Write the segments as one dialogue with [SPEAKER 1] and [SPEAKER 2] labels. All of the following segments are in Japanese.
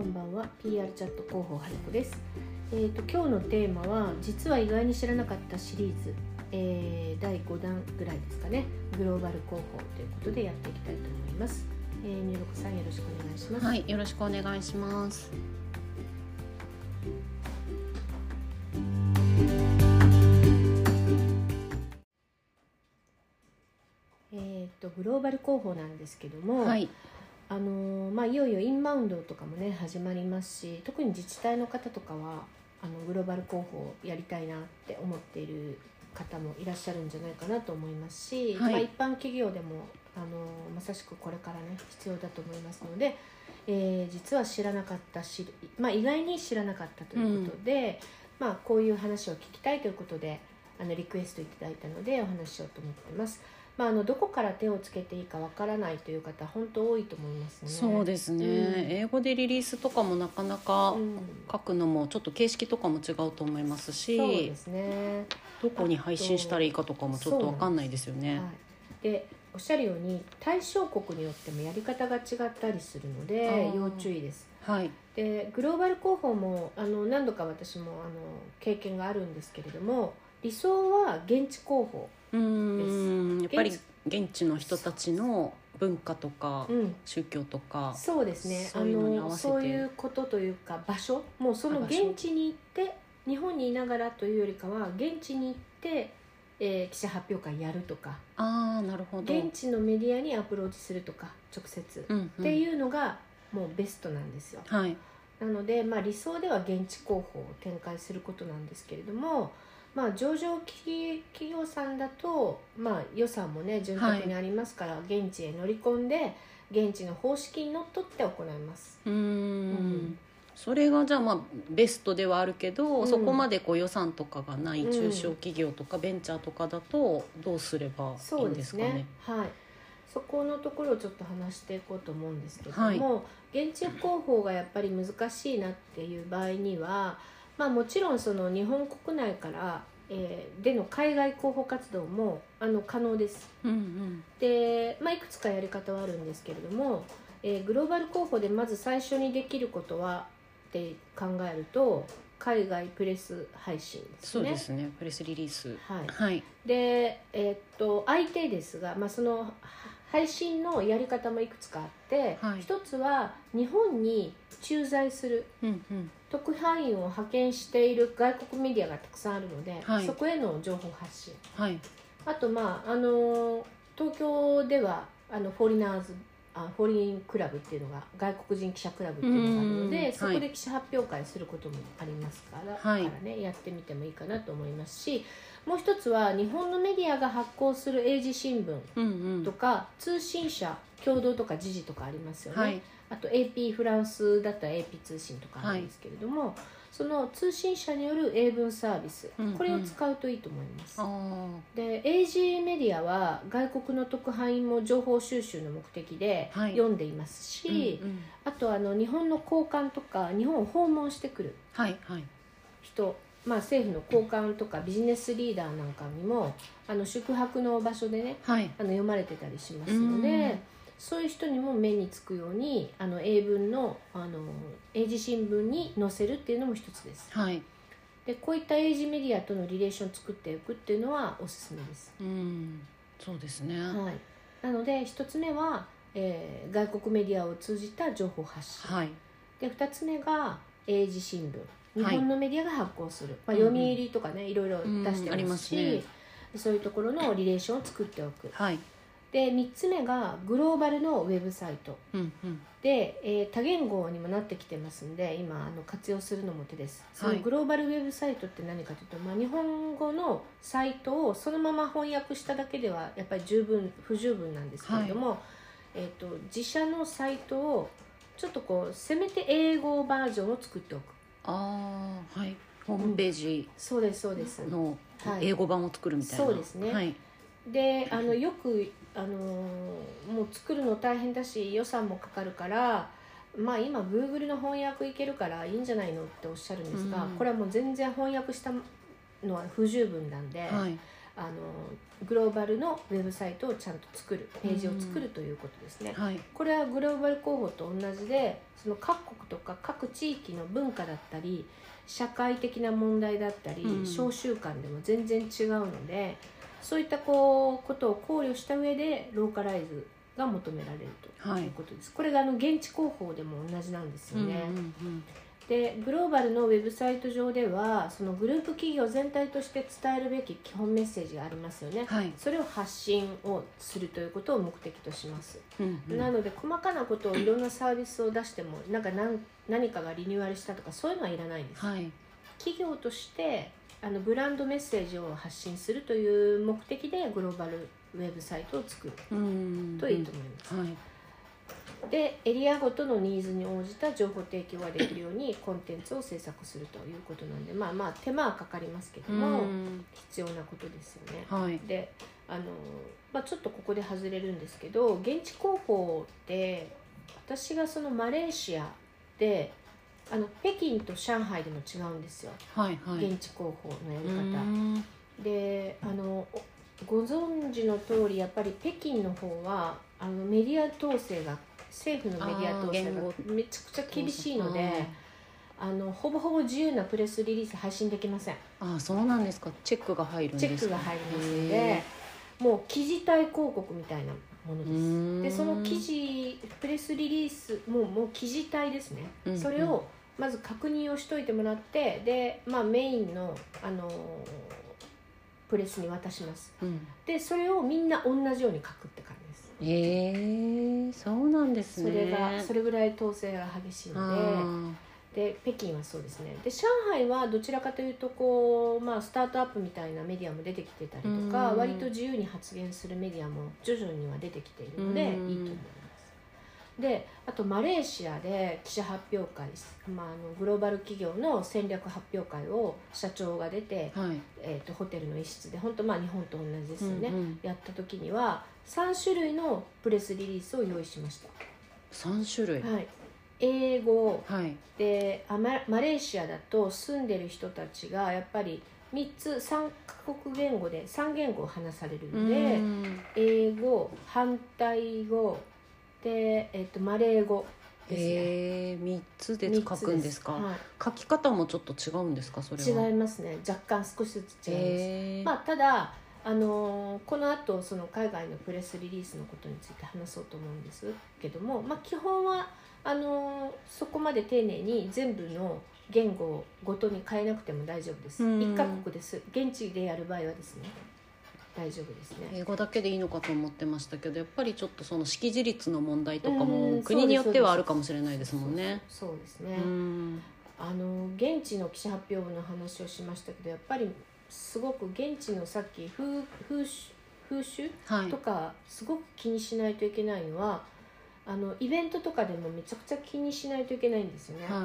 [SPEAKER 1] んばんは PR チャット広報春子です、えー、と今日のテーマは実は意外に知らなかったシリーズ、えー第5弾ぐらいですかねグローバル広報ということでやっていきたいと思いますえー、みよろこさんよろしくお願いします、
[SPEAKER 2] はい、よろしくお願いします。
[SPEAKER 1] えー、とグローバル広報なんですけども、
[SPEAKER 2] はい、
[SPEAKER 1] あのーまあ、いよいよインバウンドとかもね始まりますし特に自治体の方とかはあのグローバル広報をやりたいなって思っている方もいらっしゃるんじゃないかなと思いますし、
[SPEAKER 2] はい
[SPEAKER 1] まあ、一般企業でもあのーまさしくこれからね必要だと思いますので、えー実は知らなかったし、まあ、意外に知らなかったということで、まあ、こういう話を聞きたいということであのリクエストいただいたのでお話ししようと思ってます。まあ、あのどこから手をつけていいかわからないという方本当多いと思いますね。
[SPEAKER 2] そうですね、
[SPEAKER 1] うん
[SPEAKER 2] 英語でリリースとかもなかなか
[SPEAKER 1] うん
[SPEAKER 2] 書くのもちょっと形式とかも違うと思いますし、
[SPEAKER 1] そうですね。
[SPEAKER 2] どこに配信したらいいかとかもちょっとわかんないですよね。
[SPEAKER 1] はい、でおっしゃるように対象国によってもやり方が違ったりするの
[SPEAKER 2] あ
[SPEAKER 1] で
[SPEAKER 2] ー
[SPEAKER 1] 要注意です。
[SPEAKER 2] はい、
[SPEAKER 1] でグローバル広報もあの何度か私もあの経験があるんですけれども理想は現地広報、
[SPEAKER 2] うーん、やっぱり
[SPEAKER 1] 現
[SPEAKER 2] 現地の人たちの文化とか
[SPEAKER 1] うん、
[SPEAKER 2] 宗教とか、
[SPEAKER 1] そうですね
[SPEAKER 2] そういうのに合
[SPEAKER 1] あの
[SPEAKER 2] わせて
[SPEAKER 1] そういうことというか場所もうその
[SPEAKER 2] あ場
[SPEAKER 1] 現
[SPEAKER 2] 所
[SPEAKER 1] 地に行って日本にいながらというよりかは現地に行って、えー記者発表会やるとか
[SPEAKER 2] ああ、なるほど。
[SPEAKER 1] 現地のメディアにアプローチするとか直接、
[SPEAKER 2] うん、うん、
[SPEAKER 1] って
[SPEAKER 2] う、
[SPEAKER 1] いうのがもうベストなんですよ
[SPEAKER 2] はい、
[SPEAKER 1] なので、まあ、理想では現地広報を展開することなんですけれども、まあ、上場企企業さんだと、まあ、予算もね潤沢にありますから、現地へ乗り込んで現地の方式にのっとって行います。
[SPEAKER 2] うーん
[SPEAKER 1] うん
[SPEAKER 2] それがじゃあまあベストではあるけど、
[SPEAKER 1] うん
[SPEAKER 2] そこまでこう予算とかがない
[SPEAKER 1] うん
[SPEAKER 2] 中小企業とかベンチャーとかだとどうすればいい
[SPEAKER 1] そうんで
[SPEAKER 2] ですすかね
[SPEAKER 1] ね。はい。そこのところをちょっと話していこうと思うんですけれども、現地広報がやっぱり難しいなっていう場合には、まあもちろんその日本国内から、えーでの海外広報活動もあの可能です。
[SPEAKER 2] うんうん
[SPEAKER 1] で、まあいくつかやり方はあるんですけれども、えーグローバル広報でまず最初にできることはって考えると、海外プレス配信です
[SPEAKER 2] そう
[SPEAKER 1] ね。
[SPEAKER 2] ですねプレスリリース
[SPEAKER 1] はい。
[SPEAKER 2] はい
[SPEAKER 1] でえーっと相手ですが、まあ、そのは配信のやり方もいくつかあって、
[SPEAKER 2] はい
[SPEAKER 1] 一つは日本に駐在する
[SPEAKER 2] うんうん
[SPEAKER 1] 特派員を派遣している外国メディアがたくさんあるので、
[SPEAKER 2] はい
[SPEAKER 1] そこへの情報発信
[SPEAKER 2] はい
[SPEAKER 1] あとまああの東京ではあのフォーリナーズあフォーリンクラブっていうのが外国人記者クラブっていうのがあるの
[SPEAKER 2] うんは
[SPEAKER 1] で
[SPEAKER 2] い
[SPEAKER 1] そこで記者発表会することもありますから,、
[SPEAKER 2] はい
[SPEAKER 1] からねやってみてもいいかなと思いますしもう一つは日本のメディアが発行する英字新聞
[SPEAKER 2] うんう
[SPEAKER 1] と
[SPEAKER 2] ん
[SPEAKER 1] か通信社共同とか時事とかありますよね、
[SPEAKER 2] はい
[SPEAKER 1] あと AP フランスだったら AP 通信とかあるんですけれども、その通信社による英文サービス、
[SPEAKER 2] うんうん
[SPEAKER 1] これを使うといいと思います
[SPEAKER 2] あ。
[SPEAKER 1] で
[SPEAKER 2] ー
[SPEAKER 1] AG メディアは外国の特派員も情報収集の目的で
[SPEAKER 2] はい
[SPEAKER 1] 読んでいますし、
[SPEAKER 2] うんうん
[SPEAKER 1] あとあの日本の高官とか日本を訪問してくる
[SPEAKER 2] はいはい
[SPEAKER 1] 人、まあ、政府の高官とかビジネスリーダーなんかにもあの宿泊の場所でね
[SPEAKER 2] はい
[SPEAKER 1] あの読まれてたりしますので、
[SPEAKER 2] うん
[SPEAKER 1] そういう人にも目につくようにあの英文のあの英字新聞に載せるっていうのも一つです。
[SPEAKER 2] はい
[SPEAKER 1] でこういった英字メディアとのリレーションを作っていくっていうのはおすすめです。
[SPEAKER 2] うんそうですね
[SPEAKER 1] はい、なので1つ目は、えー外国メディアを通じた情報発信、
[SPEAKER 2] はい
[SPEAKER 1] で2つ目が英字新聞日
[SPEAKER 2] はい
[SPEAKER 1] 本のメディアが発行する、まあ、
[SPEAKER 2] うんうん
[SPEAKER 1] 読売とかね、いろいろ出して
[SPEAKER 2] うんあり
[SPEAKER 1] ま
[SPEAKER 2] ますす
[SPEAKER 1] し、
[SPEAKER 2] ね
[SPEAKER 1] そういうところのリレーションを作っておく
[SPEAKER 2] はい
[SPEAKER 1] で3つ目がグローバルのウェブサイト
[SPEAKER 2] うんうん
[SPEAKER 1] で、えー多言語にもなってきてますんで今あの活用するのも手ですそ
[SPEAKER 2] は
[SPEAKER 1] の
[SPEAKER 2] い
[SPEAKER 1] グローバルウェブサイトって何かというと、まあ、日本語のサイトをそのまま翻訳しただけではやっぱり十分不十分なんですけれども、えー、と自社のサイトをちょっとこうせめて英語バージョンを作っておく
[SPEAKER 2] ああはいホームページ
[SPEAKER 1] そうですそうです、
[SPEAKER 2] の
[SPEAKER 1] はい
[SPEAKER 2] 英語版を作るみたいな、
[SPEAKER 1] そうですね
[SPEAKER 2] はい
[SPEAKER 1] であのよく、あのーもう作るの大変だし予算もかかるからまあ今 Google の翻訳いけるからいいんじゃないのっておっしゃるんですが、
[SPEAKER 2] うん
[SPEAKER 1] これはもう全然翻訳したのは不十分なんで、
[SPEAKER 2] はい
[SPEAKER 1] あのグローバルのウェブサイトをちゃんと作るページを作るということですね。
[SPEAKER 2] はい
[SPEAKER 1] これはグローバル広報と同じでその各国とか各地域の文化だったり社会的な問題だったり、
[SPEAKER 2] うん
[SPEAKER 1] 商習慣でも全然違うのでそういったこうことを考慮した上でローカライズが求められると
[SPEAKER 2] はい
[SPEAKER 1] いうことです、これがあの現地広報でも同じなんですよね、
[SPEAKER 2] うんうん
[SPEAKER 1] でグローバルのウェブサイト上ではそのグループ企業全体として伝えるべき基本メッセージがありますよね、
[SPEAKER 2] うんはい
[SPEAKER 1] それを発信をするということを目的とします
[SPEAKER 2] うんうん
[SPEAKER 1] なので細かなことをいろんなサービスを出してもなんか何何かがリニューアルしたとかそういうのはいらないんです、
[SPEAKER 2] はい
[SPEAKER 1] 企業としてあのブランドメッセージを発信するという目的でグローバルウェブサイトを作る
[SPEAKER 2] うん
[SPEAKER 1] といいと思います、
[SPEAKER 2] はい
[SPEAKER 1] でエリアごとのニーズに応じた情報提供ができるようにコンテンツを制作するということなんでまあまあ手間はかかりますけども、
[SPEAKER 2] うん
[SPEAKER 1] 必要なことですよね、
[SPEAKER 2] はい
[SPEAKER 1] であの、まあ、ちょっとここで外れるんですけど現地広報って私がそのマレーシアであの北京と上海でも違うんですよ、
[SPEAKER 2] はいはい
[SPEAKER 1] 現地広報のやり
[SPEAKER 2] う
[SPEAKER 1] 方。
[SPEAKER 2] ん
[SPEAKER 1] であのおご存知の通りやっぱり北京の方はあのメディア統制が政府のメディア統制
[SPEAKER 2] あー
[SPEAKER 1] がめちゃくちゃ厳しいのであのほぼほぼ自由なプレスリリース配信できません。
[SPEAKER 2] あーそうなんですかチェックが入るんです
[SPEAKER 1] チ
[SPEAKER 2] か
[SPEAKER 1] ェックが入りますの
[SPEAKER 2] へ
[SPEAKER 1] でもう記事対広告みたいなも
[SPEAKER 2] ーう
[SPEAKER 1] の
[SPEAKER 2] ーん
[SPEAKER 1] ですでその記事プレスリリースもうもう記事体ですね、
[SPEAKER 2] うんうん
[SPEAKER 1] それをまず確認をしといてもらってで、まあ、メインの、あのープレスに渡します
[SPEAKER 2] うん
[SPEAKER 1] でそれをみんな同じように書くって感じです
[SPEAKER 2] えー、そうなんです
[SPEAKER 1] そ
[SPEAKER 2] ね
[SPEAKER 1] れがそれぐらい統制が激しいので、
[SPEAKER 2] あ
[SPEAKER 1] で北京はそうですねで上海はどちらかというとこう、まあ、スタートアップみたいなメディアも出てきてたりとか
[SPEAKER 2] うん
[SPEAKER 1] 割と自由に発言するメディアも徐々には出てきているのでいいと
[SPEAKER 2] うん
[SPEAKER 1] 思います。であとマレーシアで記者発表会、まあ、あのグローバル企業の戦略発表会を社長が出て、
[SPEAKER 2] ーはい
[SPEAKER 1] えー、とホテルの一室で本当まあ日本と同じですよね、
[SPEAKER 2] うんうん
[SPEAKER 1] やった時には3種類のプレスリリースを用意しました。
[SPEAKER 2] 三種類
[SPEAKER 1] はい、英語
[SPEAKER 2] はい
[SPEAKER 1] であママレーシアだと住んでる人たちがやっぱり3つ3カ国言語で3言語を話されるので、
[SPEAKER 2] うん
[SPEAKER 1] 英語反対語で、えっとマレー語ですね。
[SPEAKER 2] えー、三つで
[SPEAKER 1] 三つ
[SPEAKER 2] 書くんですか
[SPEAKER 1] は
[SPEAKER 2] 書き方もちょっと違うんですかそれ
[SPEAKER 1] い、
[SPEAKER 2] は
[SPEAKER 1] 違いますね若干少しずつ違います、
[SPEAKER 2] えー
[SPEAKER 1] まあ、ただ、あのーこの後その海外のプレスリリースのことについて話そうと思うんですけども、まあ、基本はあのーそこまで丁寧に全部の言語ごとに変えなくても大丈夫です。
[SPEAKER 2] うん
[SPEAKER 1] 一カ国です現地でやる場合はですね大丈夫ですね。
[SPEAKER 2] 英語だけでいいのかと思ってましたけどやっぱりちょっとその識字率の問題とか
[SPEAKER 1] う
[SPEAKER 2] も
[SPEAKER 1] ん
[SPEAKER 2] 国によってはあ
[SPEAKER 1] そうです
[SPEAKER 2] るかもしれないですもんね。
[SPEAKER 1] そうそうです
[SPEAKER 2] う
[SPEAKER 1] ね、
[SPEAKER 2] ん
[SPEAKER 1] あの現地の記者発表の話をしましたけどやっぱりすごく現地のさっき風風習風習
[SPEAKER 2] はい
[SPEAKER 1] とかすごく気にしないといけないのはあのイベントとかでもめちゃくちゃ気にしないといけないんですよね、
[SPEAKER 2] はい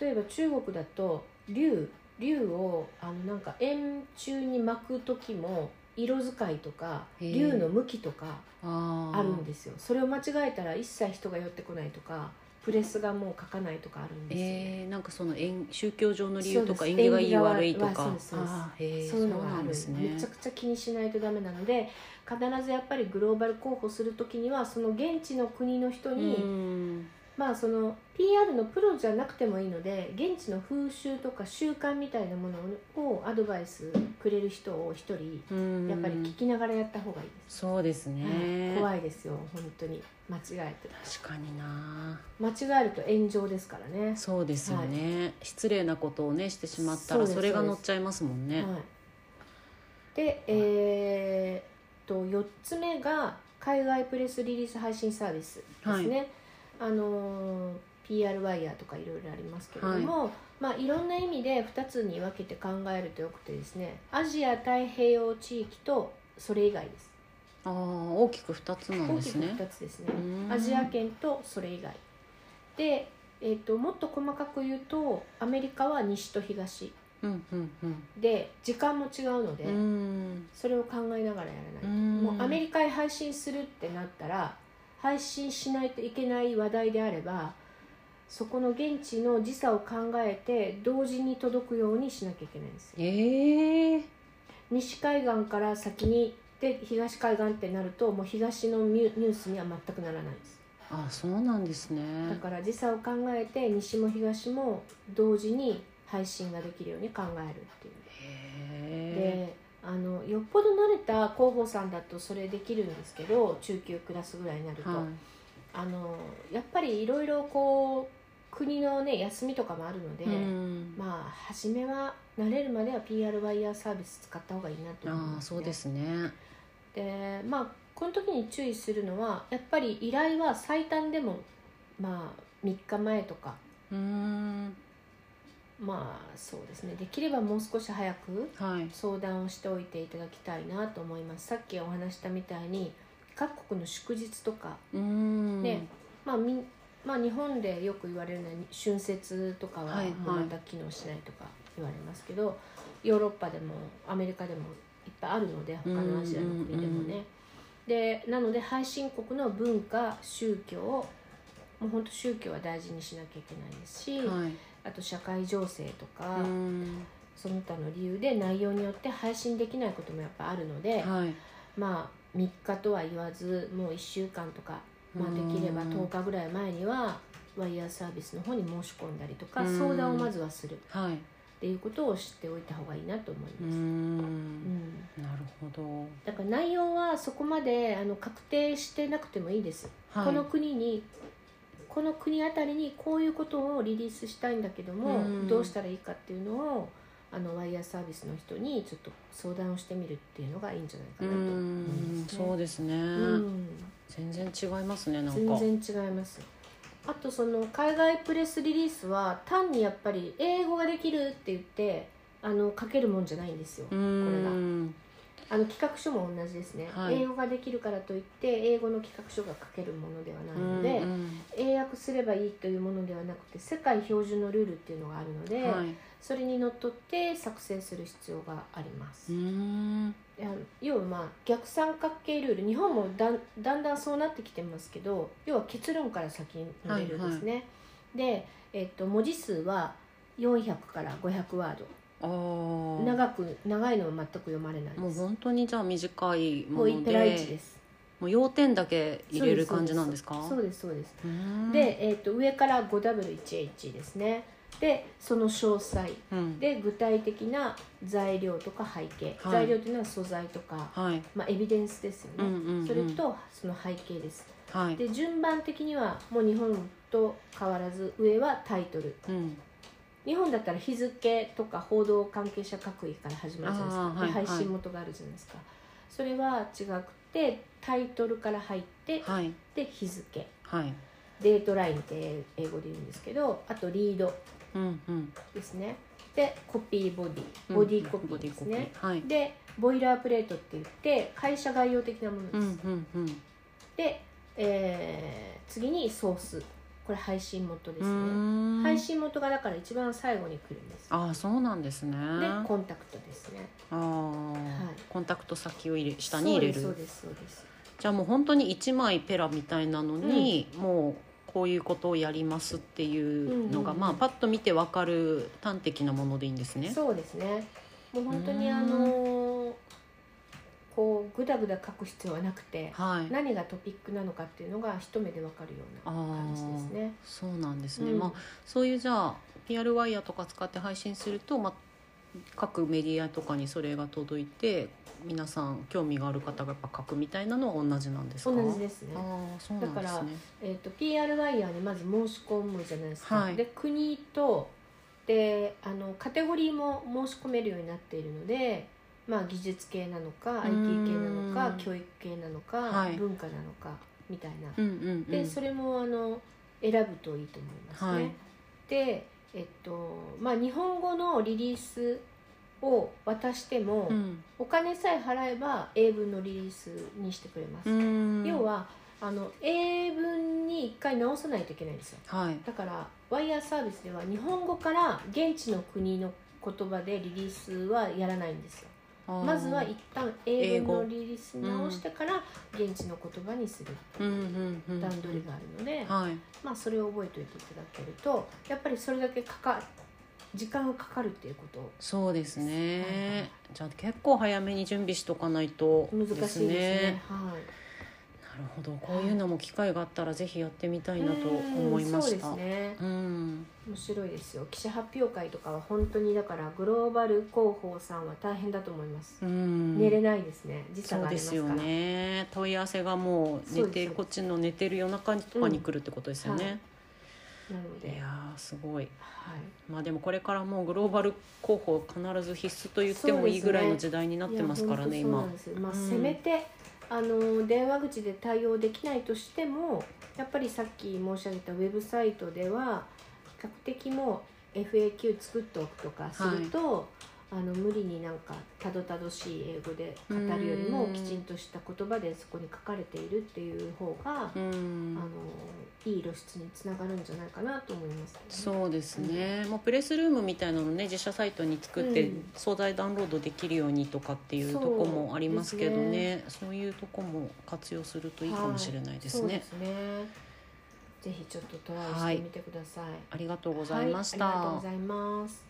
[SPEAKER 1] 例えば中国だと竜竜をあのなんか円柱に巻く時も色使いとか
[SPEAKER 2] へー
[SPEAKER 1] 竜の向きとか
[SPEAKER 2] あー
[SPEAKER 1] あるんですよそれを間違えたら一切人が寄ってこないとかプレスがもう書かないとかあるんですよね、
[SPEAKER 2] えー、なんかその縁宗教上の理由とか
[SPEAKER 1] そう
[SPEAKER 2] 縁
[SPEAKER 1] です
[SPEAKER 2] 起がいい悪いと
[SPEAKER 1] 縁起が
[SPEAKER 2] か
[SPEAKER 1] 悪いそうです
[SPEAKER 2] あーへー
[SPEAKER 1] そういうのがある
[SPEAKER 2] そうんなん
[SPEAKER 1] で
[SPEAKER 2] ですすね
[SPEAKER 1] めちゃくちゃ気にしないとダメなので必ずやっぱりグローバル候補する時にはその現地の国の人に、
[SPEAKER 2] うん
[SPEAKER 1] まあその PR のプロじゃなくてもいいので現地の風習とか習慣みたいなものをアドバイスくれる人を一人
[SPEAKER 2] うん
[SPEAKER 1] やっぱり聞きながらやった方がいいです、
[SPEAKER 2] そうですね、
[SPEAKER 1] 怖いですよ本当に間違えて
[SPEAKER 2] 確かにな
[SPEAKER 1] 間違えると炎上ですからね
[SPEAKER 2] そうですよね、失礼なことをねしてしまっ
[SPEAKER 1] そ
[SPEAKER 2] た
[SPEAKER 1] う
[SPEAKER 2] ら
[SPEAKER 1] です
[SPEAKER 2] それが乗っちゃいますもんね、
[SPEAKER 1] はい、でえーっと4つ目が海外プレスリリース配信サービスですね、あのー PR ワイヤーとかいろいろありますけれども、いまあ、いろんな意味で2つに分けて考えるとよくてですねアジア太平洋地域とそれ以外です
[SPEAKER 2] ああ大きく二つなん
[SPEAKER 1] 大
[SPEAKER 2] で
[SPEAKER 1] き
[SPEAKER 2] す
[SPEAKER 1] く
[SPEAKER 2] ね
[SPEAKER 1] 2つですね
[SPEAKER 2] うん
[SPEAKER 1] アジア圏とそれ以外で、えーっともっと細かく言うとアメリカは西と東
[SPEAKER 2] うんうんうん
[SPEAKER 1] で時間も違うので、
[SPEAKER 2] うん
[SPEAKER 1] それを考えながらやらないと
[SPEAKER 2] うん
[SPEAKER 1] もうアメリカへ配信するってなったら配信しないといけない話題であればそこの現地の時差を考えて同時に届くようにしなきゃいけないんですよ
[SPEAKER 2] ええ
[SPEAKER 1] 西海岸から先にで東海岸ってなるともう東のニュニュースには全くならないです
[SPEAKER 2] あそうなんですね
[SPEAKER 1] だから時差を考えて西も東も同時に配信ができるように考えるっていう
[SPEAKER 2] へえ
[SPEAKER 1] であのよっぽど慣れた広報さんだとそれできるんですけど中級クラスぐらいになると、
[SPEAKER 2] は
[SPEAKER 1] あのやっぱりいろいろこう国のね休みとかもあるので、
[SPEAKER 2] い、うん
[SPEAKER 1] まあ初めは慣れるまでは PR ワイヤーサービス使った方がいいなと思い
[SPEAKER 2] あ
[SPEAKER 1] ま
[SPEAKER 2] あ
[SPEAKER 1] す、
[SPEAKER 2] そうですね
[SPEAKER 1] でまあこの時に注意するのはやっぱり依頼は最短でもまあ3日前とか
[SPEAKER 2] うん
[SPEAKER 1] まあそうですねできればもう少し早く
[SPEAKER 2] はい
[SPEAKER 1] 相談をしておいていただきたいなと思いますさっきお話したみたいに各国の祝日とか、
[SPEAKER 2] うん
[SPEAKER 1] ねまあ、みんまあ日本でよく言われるのは春節とかは
[SPEAKER 2] はいはい
[SPEAKER 1] もうまた機能しないとか言われますけど、ヨーロッパでもアメリカでもいっぱいあるので他のアジアの国でも
[SPEAKER 2] うんうんう
[SPEAKER 1] ね。でなので配信国の文化宗教をもう本当宗教は大事にしなきゃいけないですし、
[SPEAKER 2] はい
[SPEAKER 1] あと社会情勢とか、
[SPEAKER 2] うん
[SPEAKER 1] その他の理由で内容によって配信できないこともやっぱあるので、
[SPEAKER 2] はい
[SPEAKER 1] まあ3日とは言わずもう1週間とか、まあ、できれば
[SPEAKER 2] うん
[SPEAKER 1] 10日ぐらい前にはワイヤーサービスの方に申し込んだりとか
[SPEAKER 2] うん
[SPEAKER 1] 相談をまずはするっ
[SPEAKER 2] はい
[SPEAKER 1] ていうことを知っておいた方がいいなと思いうます。うんん
[SPEAKER 2] なるほど
[SPEAKER 1] だから内容はそこまであの確定してなくてもいいです、
[SPEAKER 2] はい
[SPEAKER 1] この国にこの国あたりにこういうことをリリースしたいんだけども、
[SPEAKER 2] うん
[SPEAKER 1] どうしたらいいかっていうのをあのワイヤーサービスの人にちょっと相談をしてみるっていうのがいいんじゃないか
[SPEAKER 2] う
[SPEAKER 1] なと思い
[SPEAKER 2] ん
[SPEAKER 1] ますね
[SPEAKER 2] そうですね、
[SPEAKER 1] うん
[SPEAKER 2] 全然違いますねなんか
[SPEAKER 1] 全然違いますあとその海外プレスリリースは単にやっぱり英語ができるって言ってあの書けるもんじゃないんですよ、
[SPEAKER 2] うん
[SPEAKER 1] あの企画書も同じですね、
[SPEAKER 2] はい
[SPEAKER 1] 英語ができるからといって英語の企画書が書けるものではないので、
[SPEAKER 2] うん
[SPEAKER 1] 英訳すればいいというものではなくて世界標準のルールっていうのがあるの
[SPEAKER 2] う
[SPEAKER 1] で、
[SPEAKER 2] んはい
[SPEAKER 1] それにのっとって作成する必要があります、
[SPEAKER 2] う
[SPEAKER 1] い
[SPEAKER 2] ん
[SPEAKER 1] や要はまあ逆三角形ルール日本もだんだんだんそうなってきてますけど要は結論から先のルールですね、で、えっと、文字数は400から500ワー
[SPEAKER 2] あ
[SPEAKER 1] ド
[SPEAKER 2] ー
[SPEAKER 1] 長く長いのは全く読まれない
[SPEAKER 2] も
[SPEAKER 1] で
[SPEAKER 2] う
[SPEAKER 1] す
[SPEAKER 2] 本当にじゃあ短い
[SPEAKER 1] も
[SPEAKER 2] も
[SPEAKER 1] う一
[SPEAKER 2] の
[SPEAKER 1] ペライチ
[SPEAKER 2] で
[SPEAKER 1] です
[SPEAKER 2] もう要点だけ入れる感じなんですか
[SPEAKER 1] そうですそうです、
[SPEAKER 2] うん
[SPEAKER 1] で、えー、と上から 5W1H ですねでその詳細
[SPEAKER 2] うん
[SPEAKER 1] で具体的な材料とか背景、
[SPEAKER 2] はい
[SPEAKER 1] 材料というのは素材とか、
[SPEAKER 2] はい
[SPEAKER 1] まあ、エビデンスですよね、
[SPEAKER 2] うんうんうん
[SPEAKER 1] それとその背景です
[SPEAKER 2] はい
[SPEAKER 1] で順番的にはもう日本と変わらず上はタイトル
[SPEAKER 2] うん
[SPEAKER 1] 日本だったら日付とか報道関係者各位から始まるじゃないですか、
[SPEAKER 2] あーはい
[SPEAKER 1] で配信元があるじゃないですか、それは違くてタイトルから入って
[SPEAKER 2] はい
[SPEAKER 1] で日付
[SPEAKER 2] はい
[SPEAKER 1] デートラインって英語で言うんですけどあとリード
[SPEAKER 2] うんうん
[SPEAKER 1] ですねでコピーボディ
[SPEAKER 2] うん
[SPEAKER 1] ボディコピ
[SPEAKER 2] ボ
[SPEAKER 1] ー
[SPEAKER 2] デ
[SPEAKER 1] で
[SPEAKER 2] ィ
[SPEAKER 1] す
[SPEAKER 2] コピ
[SPEAKER 1] ね
[SPEAKER 2] ー、はい
[SPEAKER 1] でボイラープレートって言って会社概要的なもの
[SPEAKER 2] う
[SPEAKER 1] です、
[SPEAKER 2] んうんうん
[SPEAKER 1] で、えー次にソースこれ配信元で
[SPEAKER 2] う
[SPEAKER 1] すね
[SPEAKER 2] ーん
[SPEAKER 1] 配信元がだから一番最後に来るんですで
[SPEAKER 2] ああそうなんですね
[SPEAKER 1] コンタクトですね
[SPEAKER 2] あー
[SPEAKER 1] はい
[SPEAKER 2] コンタクト先を入れ下に入れ
[SPEAKER 1] そう
[SPEAKER 2] る
[SPEAKER 1] ですそうですそう
[SPEAKER 2] じゃあもう本当に1枚ペラみたいなのに、もうこういうことをやりますっていうのが、
[SPEAKER 1] うんうん
[SPEAKER 2] まあパッと見てわかる端的なものでいいんで
[SPEAKER 1] で
[SPEAKER 2] す
[SPEAKER 1] す
[SPEAKER 2] ね。
[SPEAKER 1] そうですねもう本当に
[SPEAKER 2] うん
[SPEAKER 1] あのーこうグダグダ書く必要はなくて
[SPEAKER 2] はい。
[SPEAKER 1] 何がトピックなのかっていうのが一目でわかるよう
[SPEAKER 2] あ
[SPEAKER 1] な感じです
[SPEAKER 2] あ、
[SPEAKER 1] ね
[SPEAKER 2] そうなんですね。
[SPEAKER 1] うん
[SPEAKER 2] まあそういうじゃあ PR ワイヤーとか使って配信すると、まあ各メディアとかにそれが届いて、皆さん興味がある方がやっぱ書くみたいなのは同じなんですか。
[SPEAKER 1] 同じですね
[SPEAKER 2] ああ、そうなんで
[SPEAKER 1] だ
[SPEAKER 2] す
[SPEAKER 1] から
[SPEAKER 2] ね。
[SPEAKER 1] えー、と PR ワイヤーにまず申し込むじゃないですか、
[SPEAKER 2] はい
[SPEAKER 1] で国とであのカテゴリーも申し込めるようになっているので、まあ、技術系なのか IT 系なの
[SPEAKER 2] う
[SPEAKER 1] か
[SPEAKER 2] ん
[SPEAKER 1] 教育系なのか、
[SPEAKER 2] はい
[SPEAKER 1] 文化なのかみたいな、
[SPEAKER 2] うんうんうん。
[SPEAKER 1] でそれもあの選ぶといいと思いますね。
[SPEAKER 2] はい
[SPEAKER 1] で、えっとまあ、日本語のリリースを渡しても、
[SPEAKER 2] うん。
[SPEAKER 1] お金さえ払えば英文のリリースにしてくれます。
[SPEAKER 2] うん。
[SPEAKER 1] 要はあの英文に一回直さないといけないんですよ
[SPEAKER 2] はい。
[SPEAKER 1] だからワイヤーサービスでは日本語から現地の国の言葉でリリースはやらないんですよ
[SPEAKER 2] あー
[SPEAKER 1] まずは一旦英
[SPEAKER 2] 英
[SPEAKER 1] 語
[SPEAKER 2] 語
[SPEAKER 1] のリリースに直してから現地の言葉にする
[SPEAKER 2] うんうんうん。
[SPEAKER 1] 段取りがあるので、
[SPEAKER 2] はい。
[SPEAKER 1] まあ、それを覚えておいていただけるとやっぱりそれだけかか時間がかかるっていうこと
[SPEAKER 2] そうですね、
[SPEAKER 1] はいはい
[SPEAKER 2] じゃあ結構早めに準備しとかないと
[SPEAKER 1] 難しいですねはい
[SPEAKER 2] なるほどこういうのも機会があったらぜひやってみたいなと思いました
[SPEAKER 1] うんそうですね
[SPEAKER 2] うん
[SPEAKER 1] 面白いですよ記者発表会とかは本当にだからグローバル広報さんは大変だと思います、
[SPEAKER 2] うん
[SPEAKER 1] 寝れないですね時差
[SPEAKER 2] そ
[SPEAKER 1] が
[SPEAKER 2] う
[SPEAKER 1] あり
[SPEAKER 2] で
[SPEAKER 1] ます
[SPEAKER 2] す
[SPEAKER 1] から
[SPEAKER 2] よね問い合わせがもう
[SPEAKER 1] そ
[SPEAKER 2] 寝
[SPEAKER 1] うで
[SPEAKER 2] て
[SPEAKER 1] す
[SPEAKER 2] るこっちの寝てる夜中とかに来るってことですよね、
[SPEAKER 1] なの
[SPEAKER 2] い
[SPEAKER 1] で、
[SPEAKER 2] やーすごい
[SPEAKER 1] はい、
[SPEAKER 2] まあでもこれからもうグローバル広報必ず必須と言ってもいいぐらいの時代になってますからね
[SPEAKER 1] いや
[SPEAKER 2] 今
[SPEAKER 1] 本当そうなんです、まあ
[SPEAKER 2] うん
[SPEAKER 1] せめてあの電話口で対応できないとしてもやっぱりさっき申し上げたウェブサイトでは比較的もう FAQ 作っておくとかすると、あの無理になんかたどたどしい英語で語るよりも
[SPEAKER 2] うん
[SPEAKER 1] きちんとした言葉でそこに書かれているっていう方が、あ
[SPEAKER 2] う
[SPEAKER 1] の
[SPEAKER 2] ん
[SPEAKER 1] いい露出につながるんじゃないかなと思います、ね。
[SPEAKER 2] そうですね、もうプレスルームみたいなのね自社サイトに作って、
[SPEAKER 1] うん
[SPEAKER 2] 素材ダウンロードできるようにとかっていうとこもありますけどねそういうとこも活用するといいかもしれないです
[SPEAKER 1] そう
[SPEAKER 2] ね、
[SPEAKER 1] ですね。ぜひちょっとトライしてみてください。
[SPEAKER 2] ありがとうございました、
[SPEAKER 1] はい、ありがとうございます。